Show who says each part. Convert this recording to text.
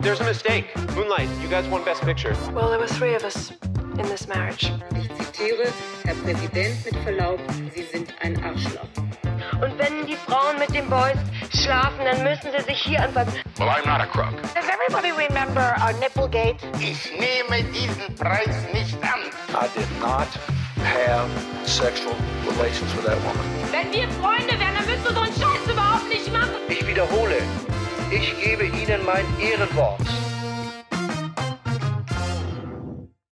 Speaker 1: There's a mistake. Moonlight, you guys won Best Picture.
Speaker 2: Well, there were three of us in this marriage.
Speaker 3: Ich zitiere, Herr Präsident, mit Verlaub, Sie sind ein Arschloch.
Speaker 4: Und wenn die Frauen mit den Boys schlafen, dann müssen sie sich hier anpassen.
Speaker 5: Well, I'm not a crook.
Speaker 6: Does everybody remember our Nipplegate?
Speaker 7: Ich nehme diesen Preis nicht an.
Speaker 8: I did not have sexual relations with that woman.
Speaker 9: Wenn wir Freunde wären, dann müsstest du so einen Scheiß überhaupt nicht machen.
Speaker 10: Ich wiederhole, ich gebe Ihnen mein Ehrenwort.